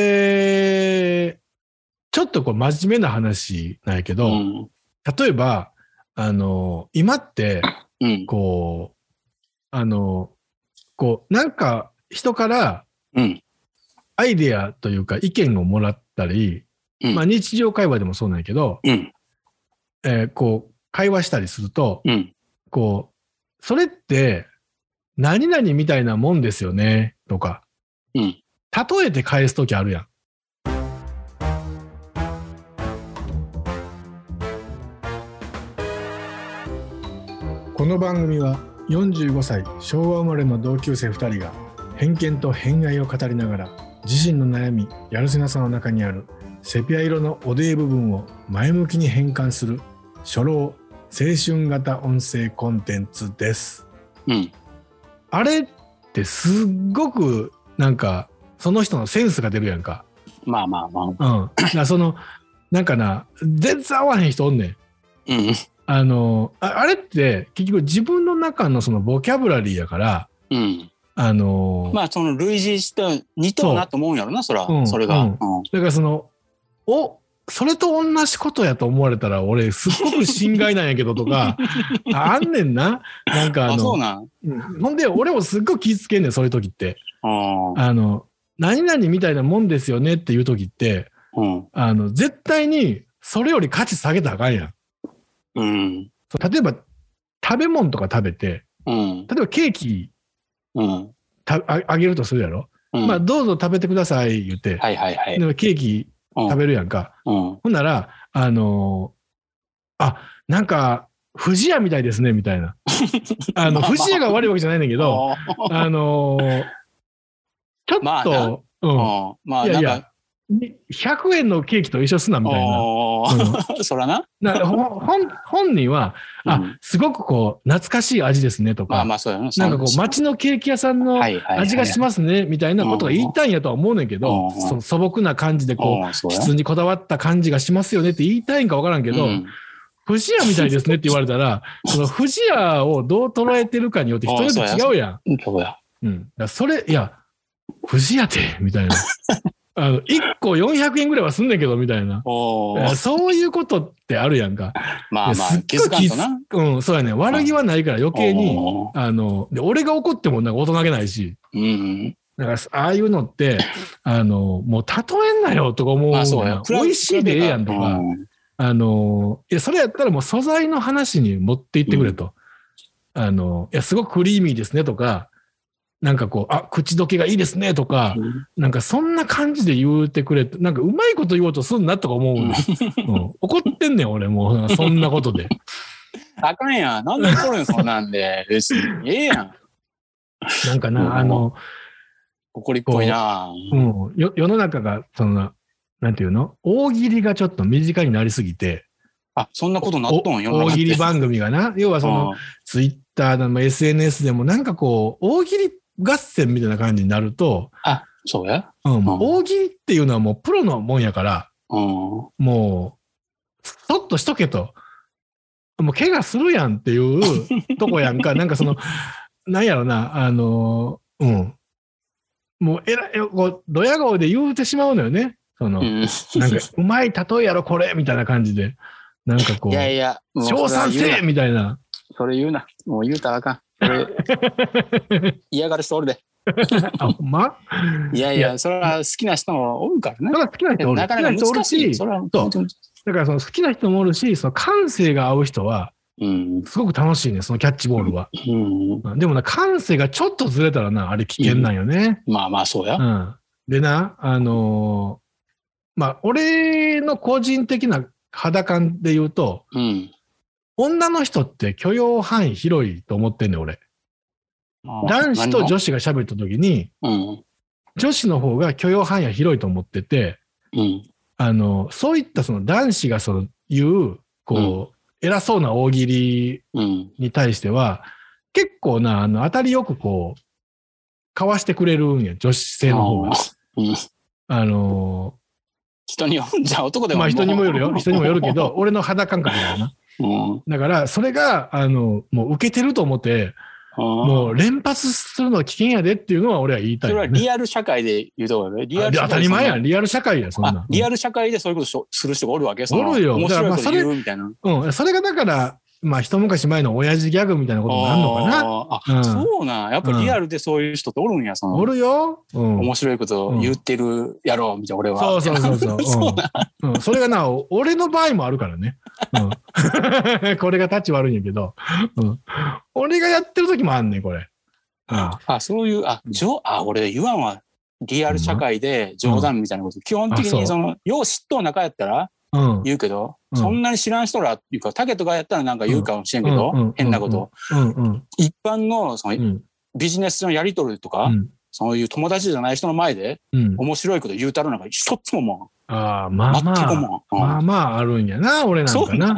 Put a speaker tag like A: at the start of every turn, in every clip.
A: 俺、ちょっとこう真面目な話なんやけど、
B: うん。
A: 例えば、あの、今って、
B: うん。
A: こう、あの、こう、なんか人から
B: うん。
A: アイデアというか意見をもらったり、
B: うん
A: まあ日常会話でもそうなんやけど、
B: うん。
A: えーこう、会話したりすると、
B: うん。
A: こう、それって、何々みたいなもんですよね、とか、
B: うん。
A: 例えて返すときあるやん。この番組は45歳昭和生まれの同級生2人が偏見と偏愛を語りながら自身の悩みやるせなさの中にあるセピア色のおでい部分を前向きに変換する初老青春型音声コンテンツです。
B: うん。
A: あれってすっごくなんかその人のセンスが出るやんか。
B: まあまあまあ。うん。
A: うん。だからそのなんかな全然合わへん人おんねん。あのああれって結局自分の中のそのボキャブラリーやから
B: うん。
A: あの、
B: まあ、その類似して似とうなと思うんやろな、そら
A: う。ん
B: それが。
A: う
B: うんん。
A: だからそのおそれと同じことやと思われたら俺すっごく心外なんやけどと かああんねんななんかあ
B: あ、
A: の
B: そうなん。
A: うんほんで俺もすっごい気ぃつけんねんそういう時って
B: ああ。
A: あの何々みたいなもんですよねっていう時って
B: うん。
A: あの絶対にそれより価値下げたらあかんやん
B: うん。
A: そう例えば食べ物とか食べて
B: うん。
A: 例えばケーキ
B: うん。
A: たああげるとするやろ、
B: うん
A: まあどうぞ食べてください言って、
B: はいはいはい。
A: でケーキ
B: うん
A: 食べるやんか、
B: うん。
A: ほんなら、あのーあ、なんか、不二家みたいですね、みた いな。あの、
B: まあまあ
A: 不二家が悪いわけじゃないんだけど、
B: あ
A: あのーちょっと、
B: まあなーうんまあ、
A: いや
B: ないん
A: や
B: か、
A: うん、100円のケーキと一緒すな、みたいな。
B: おーそらな。
A: なほ本本人は、あ、
B: うん
A: すごくこう、懐かしい味ですね、とか、
B: まあまあ、そうやな。
A: なんかこう、街のケーキ屋さんの
B: はいはいはい
A: 味がしますね、みたいなことが言いたいんやとは思うねんけど、
B: うん
A: その素朴な感じでこう、
B: うんそうや
A: 質にこだわった感じがしますよねって言いたいんかわからんけど、
B: うん
A: 不二家みたいですねって言われた ら、その不二家をどう捉えてるかによって人によって違うやん。
B: そうや。
A: うん、だからそれ、いや、不二家って、み たいな。あの、1個400円ぐらいはすんねんけど、みたいな。
B: お
A: いや
B: ー
A: そういうことってあるやんか。
B: まあま
A: いや
B: あ、気づかんとな。
A: 気づうん、そうやね。悪気はないから余計に、
B: おー
A: あの、で、俺が怒ってもなんか大人げないし、
B: うん。
A: だから、ああいうのって、あの、もう例えんなよとか思う
B: ま
A: や
B: あ、
A: ん。
B: そうや。
A: 美味しいでええやんとか。
B: うん
A: あの、いや、それやったらもう素材の話に持っていってくれと。あの、いや、すごくクリーミーですねとか、なんかこう、あ、口どけがいいですねとか、なんかそんな感じで言うてくれて、なんかうまいこと言おうとすんなとか思うの、 うん怒ってんねん、俺もう、なんかそんなことで。
B: あかんやん。なんで怒るん、そんなんで。別に。ええやん。
A: なんか
B: う
A: な、
B: ん
A: あの、
B: 怒りっぽいな。
A: うん、よ世の中が、そのな、なんていうの大喜利がちょっと身近になりすぎて、
B: あ、そんなことなっ
A: お
B: とんよ。世の
A: 大
B: 中って
A: 喜利番組がな、要はその、
B: うん
A: ツイッターでも SNS でもなんかこう、大喜利合戦みたいな感じになると、
B: あ、そうや。
A: うん、もう
B: うん
A: 大喜利っていうのはもうプロのもんやから、
B: うん。
A: もう、そっとしとけと。もう怪我するやんっていう とこやんか、なんかその、なんやろな、あの、うん。もうえらい、こう、ドヤ顔で言うてしまうのよね。その、
B: うん
A: なんか、うまい例えやろ、これみたいな感じで。なんかこ
B: いや
A: う、
B: いや、もう
A: 賞賛せえみたいな。
B: それ言うな。もう言うたらあかん。それ嫌がる人おるで。
A: あ、ほんま
B: いやい
A: い
B: や、それは好きな人もおるから
A: だ
B: ね。
A: から好きな人おる。
B: なかな
A: 好
B: か
A: き人お
B: 難
A: る
B: しい。それは
A: そうだからその好きな人もおるし、その感性が合う人は、
B: うん。
A: すごく楽しいね、そのキャッチボールは。
B: うん。
A: でもな、感性がちょっとずれたらな、あれ危険なんよね。
B: まあまあ、そうや
A: う。ん。でな、あのーまあ、俺の個人的な肌感で言うと、
B: うん。
A: 女の人って許容範囲広いと思ってんねん、俺。男子と女子が喋った時に、
B: うん。
A: 女子の方が許容範囲は広いと思ってて、
B: うん。
A: あの、そういったその男子がその言う、こう、偉そうな大喜利
B: うん。
A: に対しては、結構な、あの、当たりよくこう、かわしてくれるんや、女子性の方が。
B: うん
A: あの
B: 人によるじゃあ男で
A: ー
B: も。
A: まあ人にもよるよ、人にもよるけど、俺の肌感覚だよな。
B: うん。
A: だから、それが、あの、もう受けてると思って、
B: も
A: もう連発するのは危険やでっていうのは俺は言いた
B: そ
A: い
B: れ
A: よ
B: は
A: ね、
B: リアル社会で言うとこだね。リア
A: あ
B: ル
A: で
B: 社
A: 当
B: 会
A: たり
B: で
A: 前やん。リアル社会やん、そんな
B: あ
A: ん。
B: リアル社会でそういうことしょする人がおるわけその
A: おるよ
B: 面
A: だからまあ
B: 白いこと言うみたいな。
A: うん。それがだから、まあ、一昔前の親父ギャグみたいなことになるのかな。
B: あ
A: うん
B: ーあそうなん。やっぱリアルでそういう人っておるんや。そ
A: お
B: の
A: るよ。うん。
B: 面白いことを言ってるやろうみたいな、俺は。
A: そうそうそう そう。
B: そう
A: うんうん、それがな、お俺の場合もあるからね。うん、 これが立ち悪いんやけど、うん、俺がやってる時もあんねん、これ。うん
B: あ、そういう、あ、じょあ、俺言わんわ。リアル社会で冗談みたいなこと。基本的
A: あそう
B: に、その、よう知っとう仲やったら
A: うん
B: 言うけど、
A: うん
B: そんなに知らん人らっていうか、タケとかやったらなんか言うかもしれんけ
A: うんうんうん
B: ど、変なこと。
A: うんうん
B: 一般の、その、
A: うん
B: ビジネスのやりとりとか、
A: うん
B: そういう友達じゃない人の前で
A: うん、
B: 面白いこと言うたるなんか一つもも
A: ああま
B: う
A: あま
B: 全く
A: あ
B: もう、ん
A: まあまああるんやな俺なんかな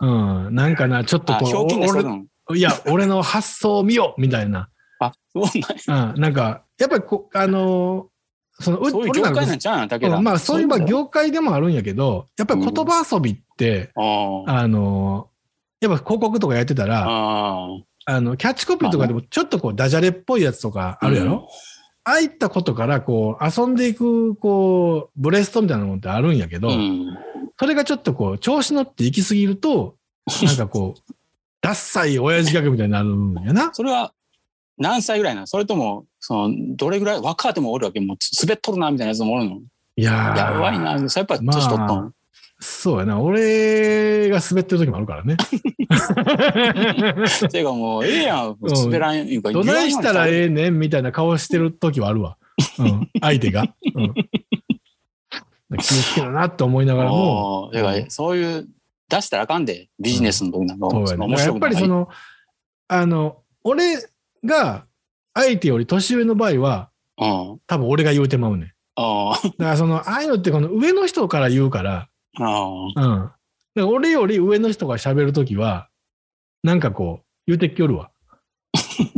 A: う、ん、なんかなちょっと
B: あ、
A: こ
B: ひょうきんな人
A: う
B: だもん。
A: 俺いや俺の発想を見ようみたいな、
B: あ、そうなんや
A: うん、なんかやっぱりこあのーそのう
B: そういう
A: 俺
B: 業
A: なんか
B: 界なんちゃうんだけ
A: う
B: ど。
A: んまあそういうまあ業界でもあるんやけどやっぱり言葉遊びって、
B: あ
A: あのやっぱ広告とかやってたら、
B: あー。
A: あのキャッチコピーとかでもちょっとこうダジャレっぽいやつとかあるやろ、ああいったことからこう遊んでいくこうブレストみたいなもんってあるんやけど、
B: うん。
A: それがちょっとこう調子乗って行き過ぎる となんかこうダッサい親父ギャグみたいになるんやな。
B: それは何歳ぐらいなのそれとも、その、どれぐらい、若手もおるわけもう、滑っとるな、みたいなやつもおるの
A: いやー
B: やばいな。そうやっぱ、年取った
A: ま
B: の。
A: そうやな俺が滑ってる時もあるからね。
B: ていうかもう、ええや ん。滑らん。いうか
A: どないしたらえ
B: え
A: えねんみたいな顔してる時はあるわ。うん、相 手が。うん、気をつけろなって思いながらも。
B: もう。てか
A: うん
B: そういう、出したらあかんで、ビジネスの時なんか。
A: そうや
B: その
A: ね。やっぱりそ
B: の、
A: の、あの、俺が相手より年上の場合は、
B: うん。
A: 多分俺が言うてまうね ん。
B: あー
A: だからその、ああいうのってこの上の人から言うから、
B: あー。
A: うん。だから俺より上の人が喋るときは、なんかこう、言うてきよる わ。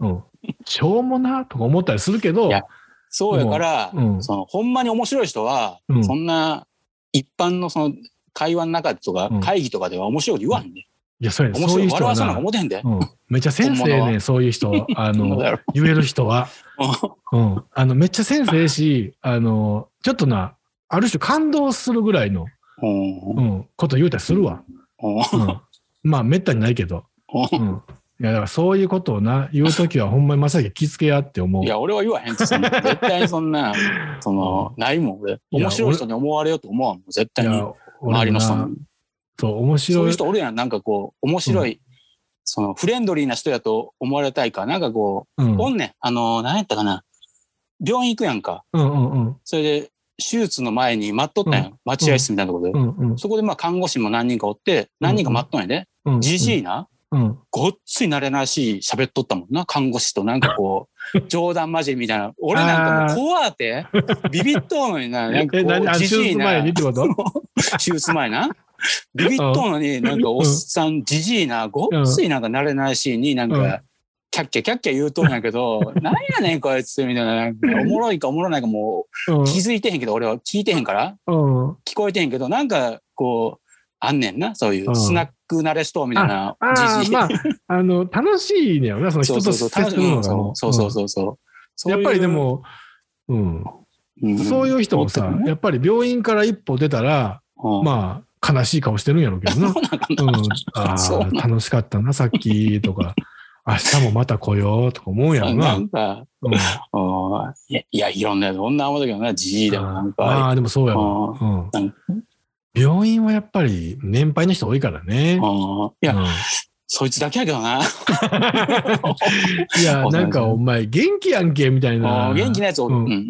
A: うん。しょうもなとか思ったりするけど
B: い、やそうやから、
A: うん
B: そのほんまに面白い人は、
A: うん
B: そんな一般のその会話の中とか
A: うん
B: 会議とかでは面白いこと言わんで、
A: いや、そうやね
B: 面
A: そう
B: 白
A: い
B: いう
A: 人
B: 笑
A: は
B: わそうな
A: な
B: んか。思てへんで。
A: うん、めっちゃ先生
B: 本物
A: ね、そういう人、あ
B: そんなこと
A: の、
B: やろ
A: 言える人は、うん、あの、めっちゃ先生ええし、あの、ちょっとな、ある種感動するぐらいの、
B: うん
A: う
B: うん
A: ん、こと言うたりするわ。うん、まあ、めったにないけど、うん。いや、だからそういうことをな、言うときは、ほんまにまさき気付けやって思う。
B: いや俺は言わへんって そんな絶対にそんなそのないもん俺
A: いや
B: 面白い人に思われようと思わんもん絶
A: い
B: 対に
A: や、
B: 周りの人
A: 俺もな
B: に
A: そう、面
B: そう
A: 白
B: いう
A: い。
B: 人おるやんなんかこう面白い、そのフレンドリーな人やと思われたいかなんかこ
A: うん、う
B: う、
A: ん
B: おんねんあの何やったかな病院行くやんか
A: うんうん
B: それで手術の前に待っとったんや、、
A: うん
B: 待合室みたいなとこで、
A: うんうん
B: そこでまあ看護師も何人かおって、何人か待っとんやで、
A: うん。
B: じじいな、
A: うん。
B: ごっつい慣れなしい喋っとったもんな、看護師となんかこ う、冗談交じりみたいな。俺なんかもう怖あて、ビビっとうのにな、なんか
A: え、
B: こ
A: 何あ
B: う、
A: 手
B: じじい
A: 術
B: な、
A: 前にってこと
B: 手術 前な。ビビっとうのに、なんかおっさん、じじいな、ごっついなんか慣れないしに、なん
A: うん
B: か、キャッキャキャッキャ言うとんや けど、なんやねんこいつ、みたいな。なんかおもろいかおもろないかも
A: うん
B: う気づいてへんけど、俺は聞いてへんから、
A: うん。
B: 聞こえてんけど、なんかこう、あんねんな、そういううんスナック慣れしとみたいな、
A: あ
B: じ
A: あ、
B: じい
A: まあ、あの、楽しいねよな、その人
B: そう
A: と
B: そうそう、
A: 接するのが
B: そ
A: も
B: うそうそうそうそうそういう
A: やっぱりで、も、うん、
B: うん
A: そういう人もさ、やっぱり病院から一歩出たら、
B: うん
A: まあ、悲しい顔してるんやろうけどな。うん、あ
B: そうなん
A: あ、楽しかったな、さっきと か、明日もまた来ようとか思うんやろな。
B: な
A: うん
B: んか、うんいや、いやいろんな女は思うけどな、じじいでもなん
A: ま
B: か、
A: あ、でもそうや
B: うん
A: わ。う
B: なん
A: 病院はやっぱり年配の人多いからね。
B: うんい や、そいつだけやけどな、
A: うんいや、なんかお前元気やんけみたいな
B: うん元気なやつおる。
A: う
B: うんん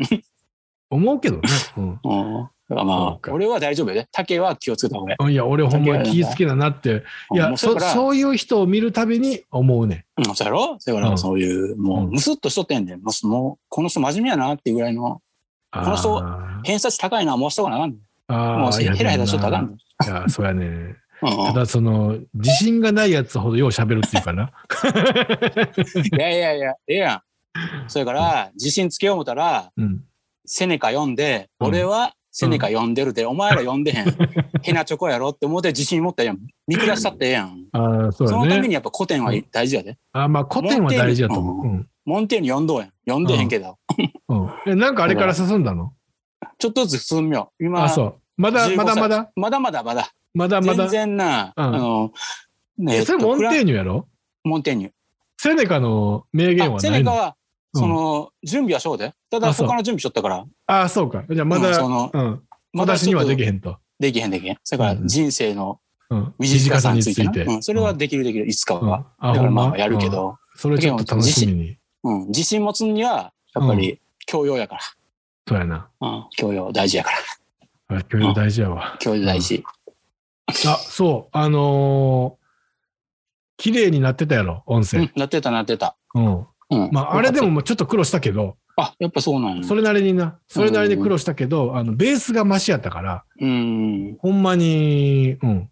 A: 思うけどね。うん
B: うんだから
A: そう
B: ま
A: か
B: あ、俺は大丈夫やで。竹は気をつけた方がい
A: いや、俺ほんまに気ぃつけだなって。
B: い。
A: い
B: も
A: や、
B: うそれ
A: そ
B: から、
A: そういう人を見るたびに思うね
B: うんそうやろそれか
A: う
B: ら、
A: ん
B: そういう、も
A: う
B: う、
A: ん
B: むすっとしとってんで、もう、もうこの人真面目やなっていうぐらいの、
A: ん。
B: この人
A: あ
B: 偏差値高いな、もうしとかなあかんねん
A: ー
B: も
A: あ
B: う
A: ー、
B: ヘ
A: いや
B: ラヘラしとったらあかん
A: で
B: ね
A: もないや、そうやね。
B: ん
A: ただ、その、自信がないやつほどよう喋るっていうかな。
B: いやいやいや、ええやん。それから、自信つけよう思ったら、
A: うん。
B: セネカ読んで、
A: うん
B: 俺はセネカ読んでるで、お前ら読んでへ ん。ヘナチョコやろって思って自信持ったやん。見下したってええやん。
A: ああ、そ
B: そう
A: だ
B: のため
A: ね。
B: にやっぱ古典は大事やで。
A: あーまあ古典は大事だと思う。うん
B: モンテーニ読んどうやん。読んでへんけど。
A: うんえなんかあれから進んだの
B: ちょっとずつ進みよう。今
A: あ、そう。まだ
B: 15
A: まだまだ
B: まだまだまだ。
A: まだま
B: 全
A: だ。
B: 然な、
A: うん
B: あの、ね
A: えそれモンテ
B: ニ
A: ーニュやろ
B: モンテーニュ。
A: セネカの名言
B: あ
A: は
B: セ
A: ない
B: ネカ
A: の
B: は、
A: うん
B: その、準備はしょうで。ただ、
A: あそう
B: 他の準備しとったから、
A: ああ、そうか。じゃあま
B: うん
A: だ、
B: その
A: うん。
B: まだ
A: 私
B: ち
A: に
B: ょっ
A: は
B: と
A: できへんと。
B: できへんできへん。それから
A: うん
B: 人生の
A: うん
B: 短さについてな。
A: 短
B: うん、それはできるできる、いつか
A: うん
B: は。
A: あ、
B: だ
A: ほ
B: から
A: ん
B: ま
A: ま
B: あ、。やるけ
A: うん。
B: ど、
A: それちょっと楽しみに。
B: うん、自信持つには、やっぱり、教養やか
A: そうやな。
B: ら。うん、教養大事やから。
A: あ教養大事やわ。
B: 教養大事。
A: あ、そう。あのー、綺麗になってたやろ、音
B: う
A: 声
B: ん。、なってたなってた。
A: うん。
B: うん。
A: まあ、あれでも、もうちょっと苦労したけど、
B: あ、やっぱそうなんや。
A: それなりにな、それなりに苦労したけど、あの、ベースがマシやったから、
B: うん。
A: ほんまに、うん。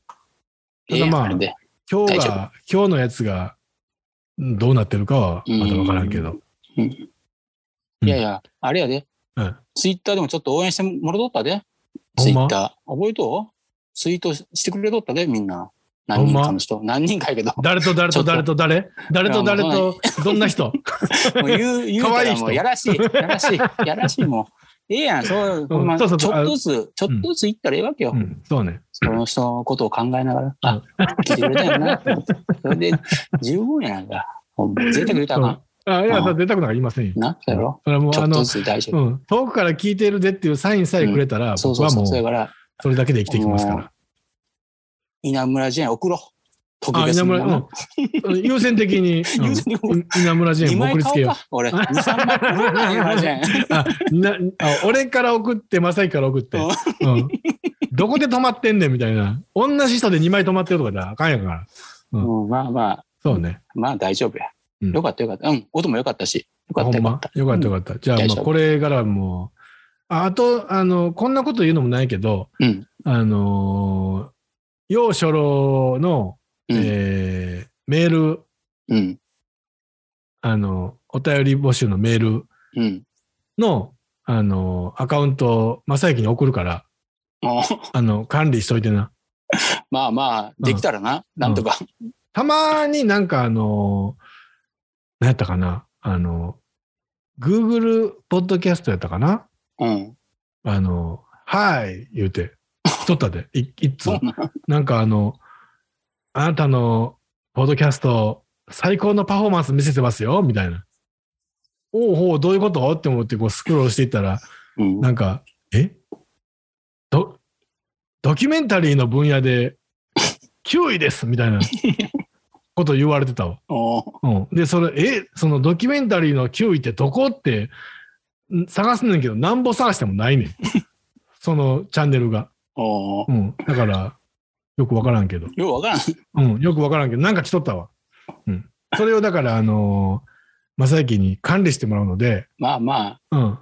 B: ええやん
A: まあ
B: あれで。
A: 今日
B: 大丈
A: が、今日のやつが、うんどうなってるかは、まだわからんけど。
B: うん
A: うん
B: いやいや、あれやで
A: うん。
B: ツイッターでもちょっと応援してもらっとったで。
A: ほ
B: ツ
A: ん
B: イ
A: ま
B: ッター。覚えとうツイートしてくれとったで、みんな。何人かの人。何人かやけど。
A: 誰と誰と誰と誰誰と誰と、どんな 人
B: もう言う、言 う
A: 可
B: た
A: 愛い
B: ら
A: 人
B: もうやらしい、やらしい、やらしいもん。ええやん、そう、
A: うん
B: まあ、
A: そ
B: ちょ
A: うそう
B: っと
A: そう
B: ずつ、ちょっとずつ行ったらええわけよ。
A: うん、そうね。
B: その人のことを考えながら、あ、聞いてくれたよな、と思って。それで、十分やなんか。ほんま、贅沢言うたらあか
A: あいや、
B: うん
A: 出たくなんか言いませんよ
B: ん。。な、そうやろ
A: それはもう、
B: ちょ
A: あ
B: っと
A: の、
B: ずつ大丈夫。
A: うん、遠くから聞いてるでっていうサインさえくれたら、
B: そう
A: 僕
B: そう
A: は
B: そ
A: も
B: う。
A: う、
B: それから、
A: それだけで生きていきますか
B: も
A: ら。
B: 稲村ジェーン送ろう。特
A: あ、
B: 別
A: 稲
B: なも
A: 村、
B: の。
A: うん、優先的に、
B: 優先的に
A: うん稲村ジェー
B: 2
A: ンを送
B: 枚
A: りつけ
B: 買お
A: よ
B: う
A: う。
B: か。俺、2、3枚買おうか。稲村ジェ ーン。
A: あなあ俺から送って、マサイから送って、うん、どこで止まってんねんみたいな、同じ人で2枚止まってるとかじゃあかんやから、うん
B: うん、まあまあ、
A: そうね、
B: まあ大丈夫や。
A: うん
B: よかったよかった。うん、音もよかったし。よかっ
A: ほ
B: た
A: ん
B: よか
A: ま
B: った。、
A: よかったよかった、じゃあ、
B: 大丈
A: ま
B: 夫
A: あ、これからはもう、ああとあの、こんなこと言うのもないけど、
B: うん。
A: あのー、要初老の、
B: うん
A: えーメール、
B: うん。
A: あの、お便り募集のメール
B: うん。
A: の、あの、アカウントを正行に送るから、
B: もう
A: あの、管理しといてな。
B: まあまあ、できたらな。なんとか。
A: たまになんかあの、何やったかな、あの、Google ポッドキャストやったかな、
B: うん。
A: あの、はい、言うて、しとったで、いいつ
B: そうな。
A: なんかあの、あなたのポッドキャスト、最高のパフォーマンス見せてますよ、みたいな。おうおう、どういうことって思ってこうスクロールしていったら、
B: うん。
A: なんか、えドドキュメンタリーの分野で9位ですみたいなこと言われてたわ。
B: おー
A: うん、で、それ、え、そのドキュメンタリーの9位ってどこってん探すねんけど、なんぼ探してもないねん。そのチャンネルが。
B: おー
A: うん、だから、よくわからんけど。
B: ようわからん。
A: うん、よくわからんけど、なんか来とったわ。うん。それをだから、あのー、正行に管理してもらうので、
B: まあまあ、
A: うん。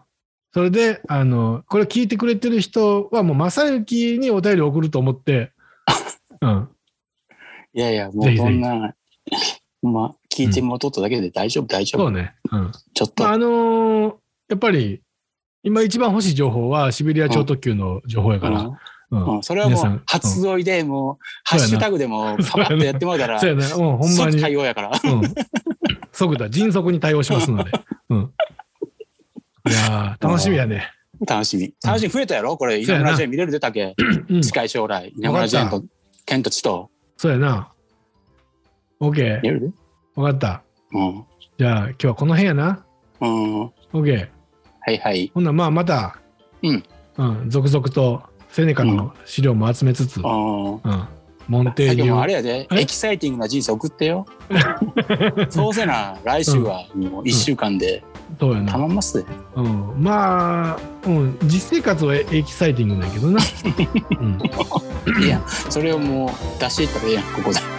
A: それで、あの、これ聞いてくれてる人は、もう、正幸にお便り送ると思って、うん。
B: いやいや、も
A: ぜ
B: う
A: ひぜひ
B: そんな、まあ、聞いてもとっただけで大丈夫、大丈
A: そう
B: 夫。
A: ね。うん。
B: ちょっと
A: まあ、。あのーやっぱり、今一番欲しい情報は、シベリア超特急の情報やか
B: う
A: ら。
B: ん
A: うん。
B: うんそれはも
A: 皆さんう、
B: うん初追いで、もう、ハ
A: そうやな
B: ッシュタグでも、パパッとやってもらった ら、
A: そうやね。うん、ほんま
B: 即
A: に。
B: 対応やから。
A: うん。即だ。迅速に対応しますの で。うん。いやー楽しみやね。
B: 楽しみ。楽しみ増えたやろこれ、稲村ジェーン見れるでた け。
A: うん。
B: 近い将来、稲村ジェーンと、ケンとチと、
A: そうやな。OK
B: 見。れるで
A: わかった。
B: うん。
A: じゃあ、今日はこの辺やな。
B: うん。は
A: OK。
B: いはい。
A: ほんならまあまた、
B: うん
A: うん続々とセネカの資料も集めつつ、うん
B: うん。
A: モンテー
B: だ
A: ニ
B: けどもうあ
A: ュ
B: れやで、
A: え
B: エキサイティングな人生送って よ。そうせな、来週はもう1週間で
A: そうや
B: た
A: な、
B: まんますで。
A: うん、まあ、うん、実生活はエキサイティングだけどな、うん、
B: いや、それをもう出していったらええやん、ここで。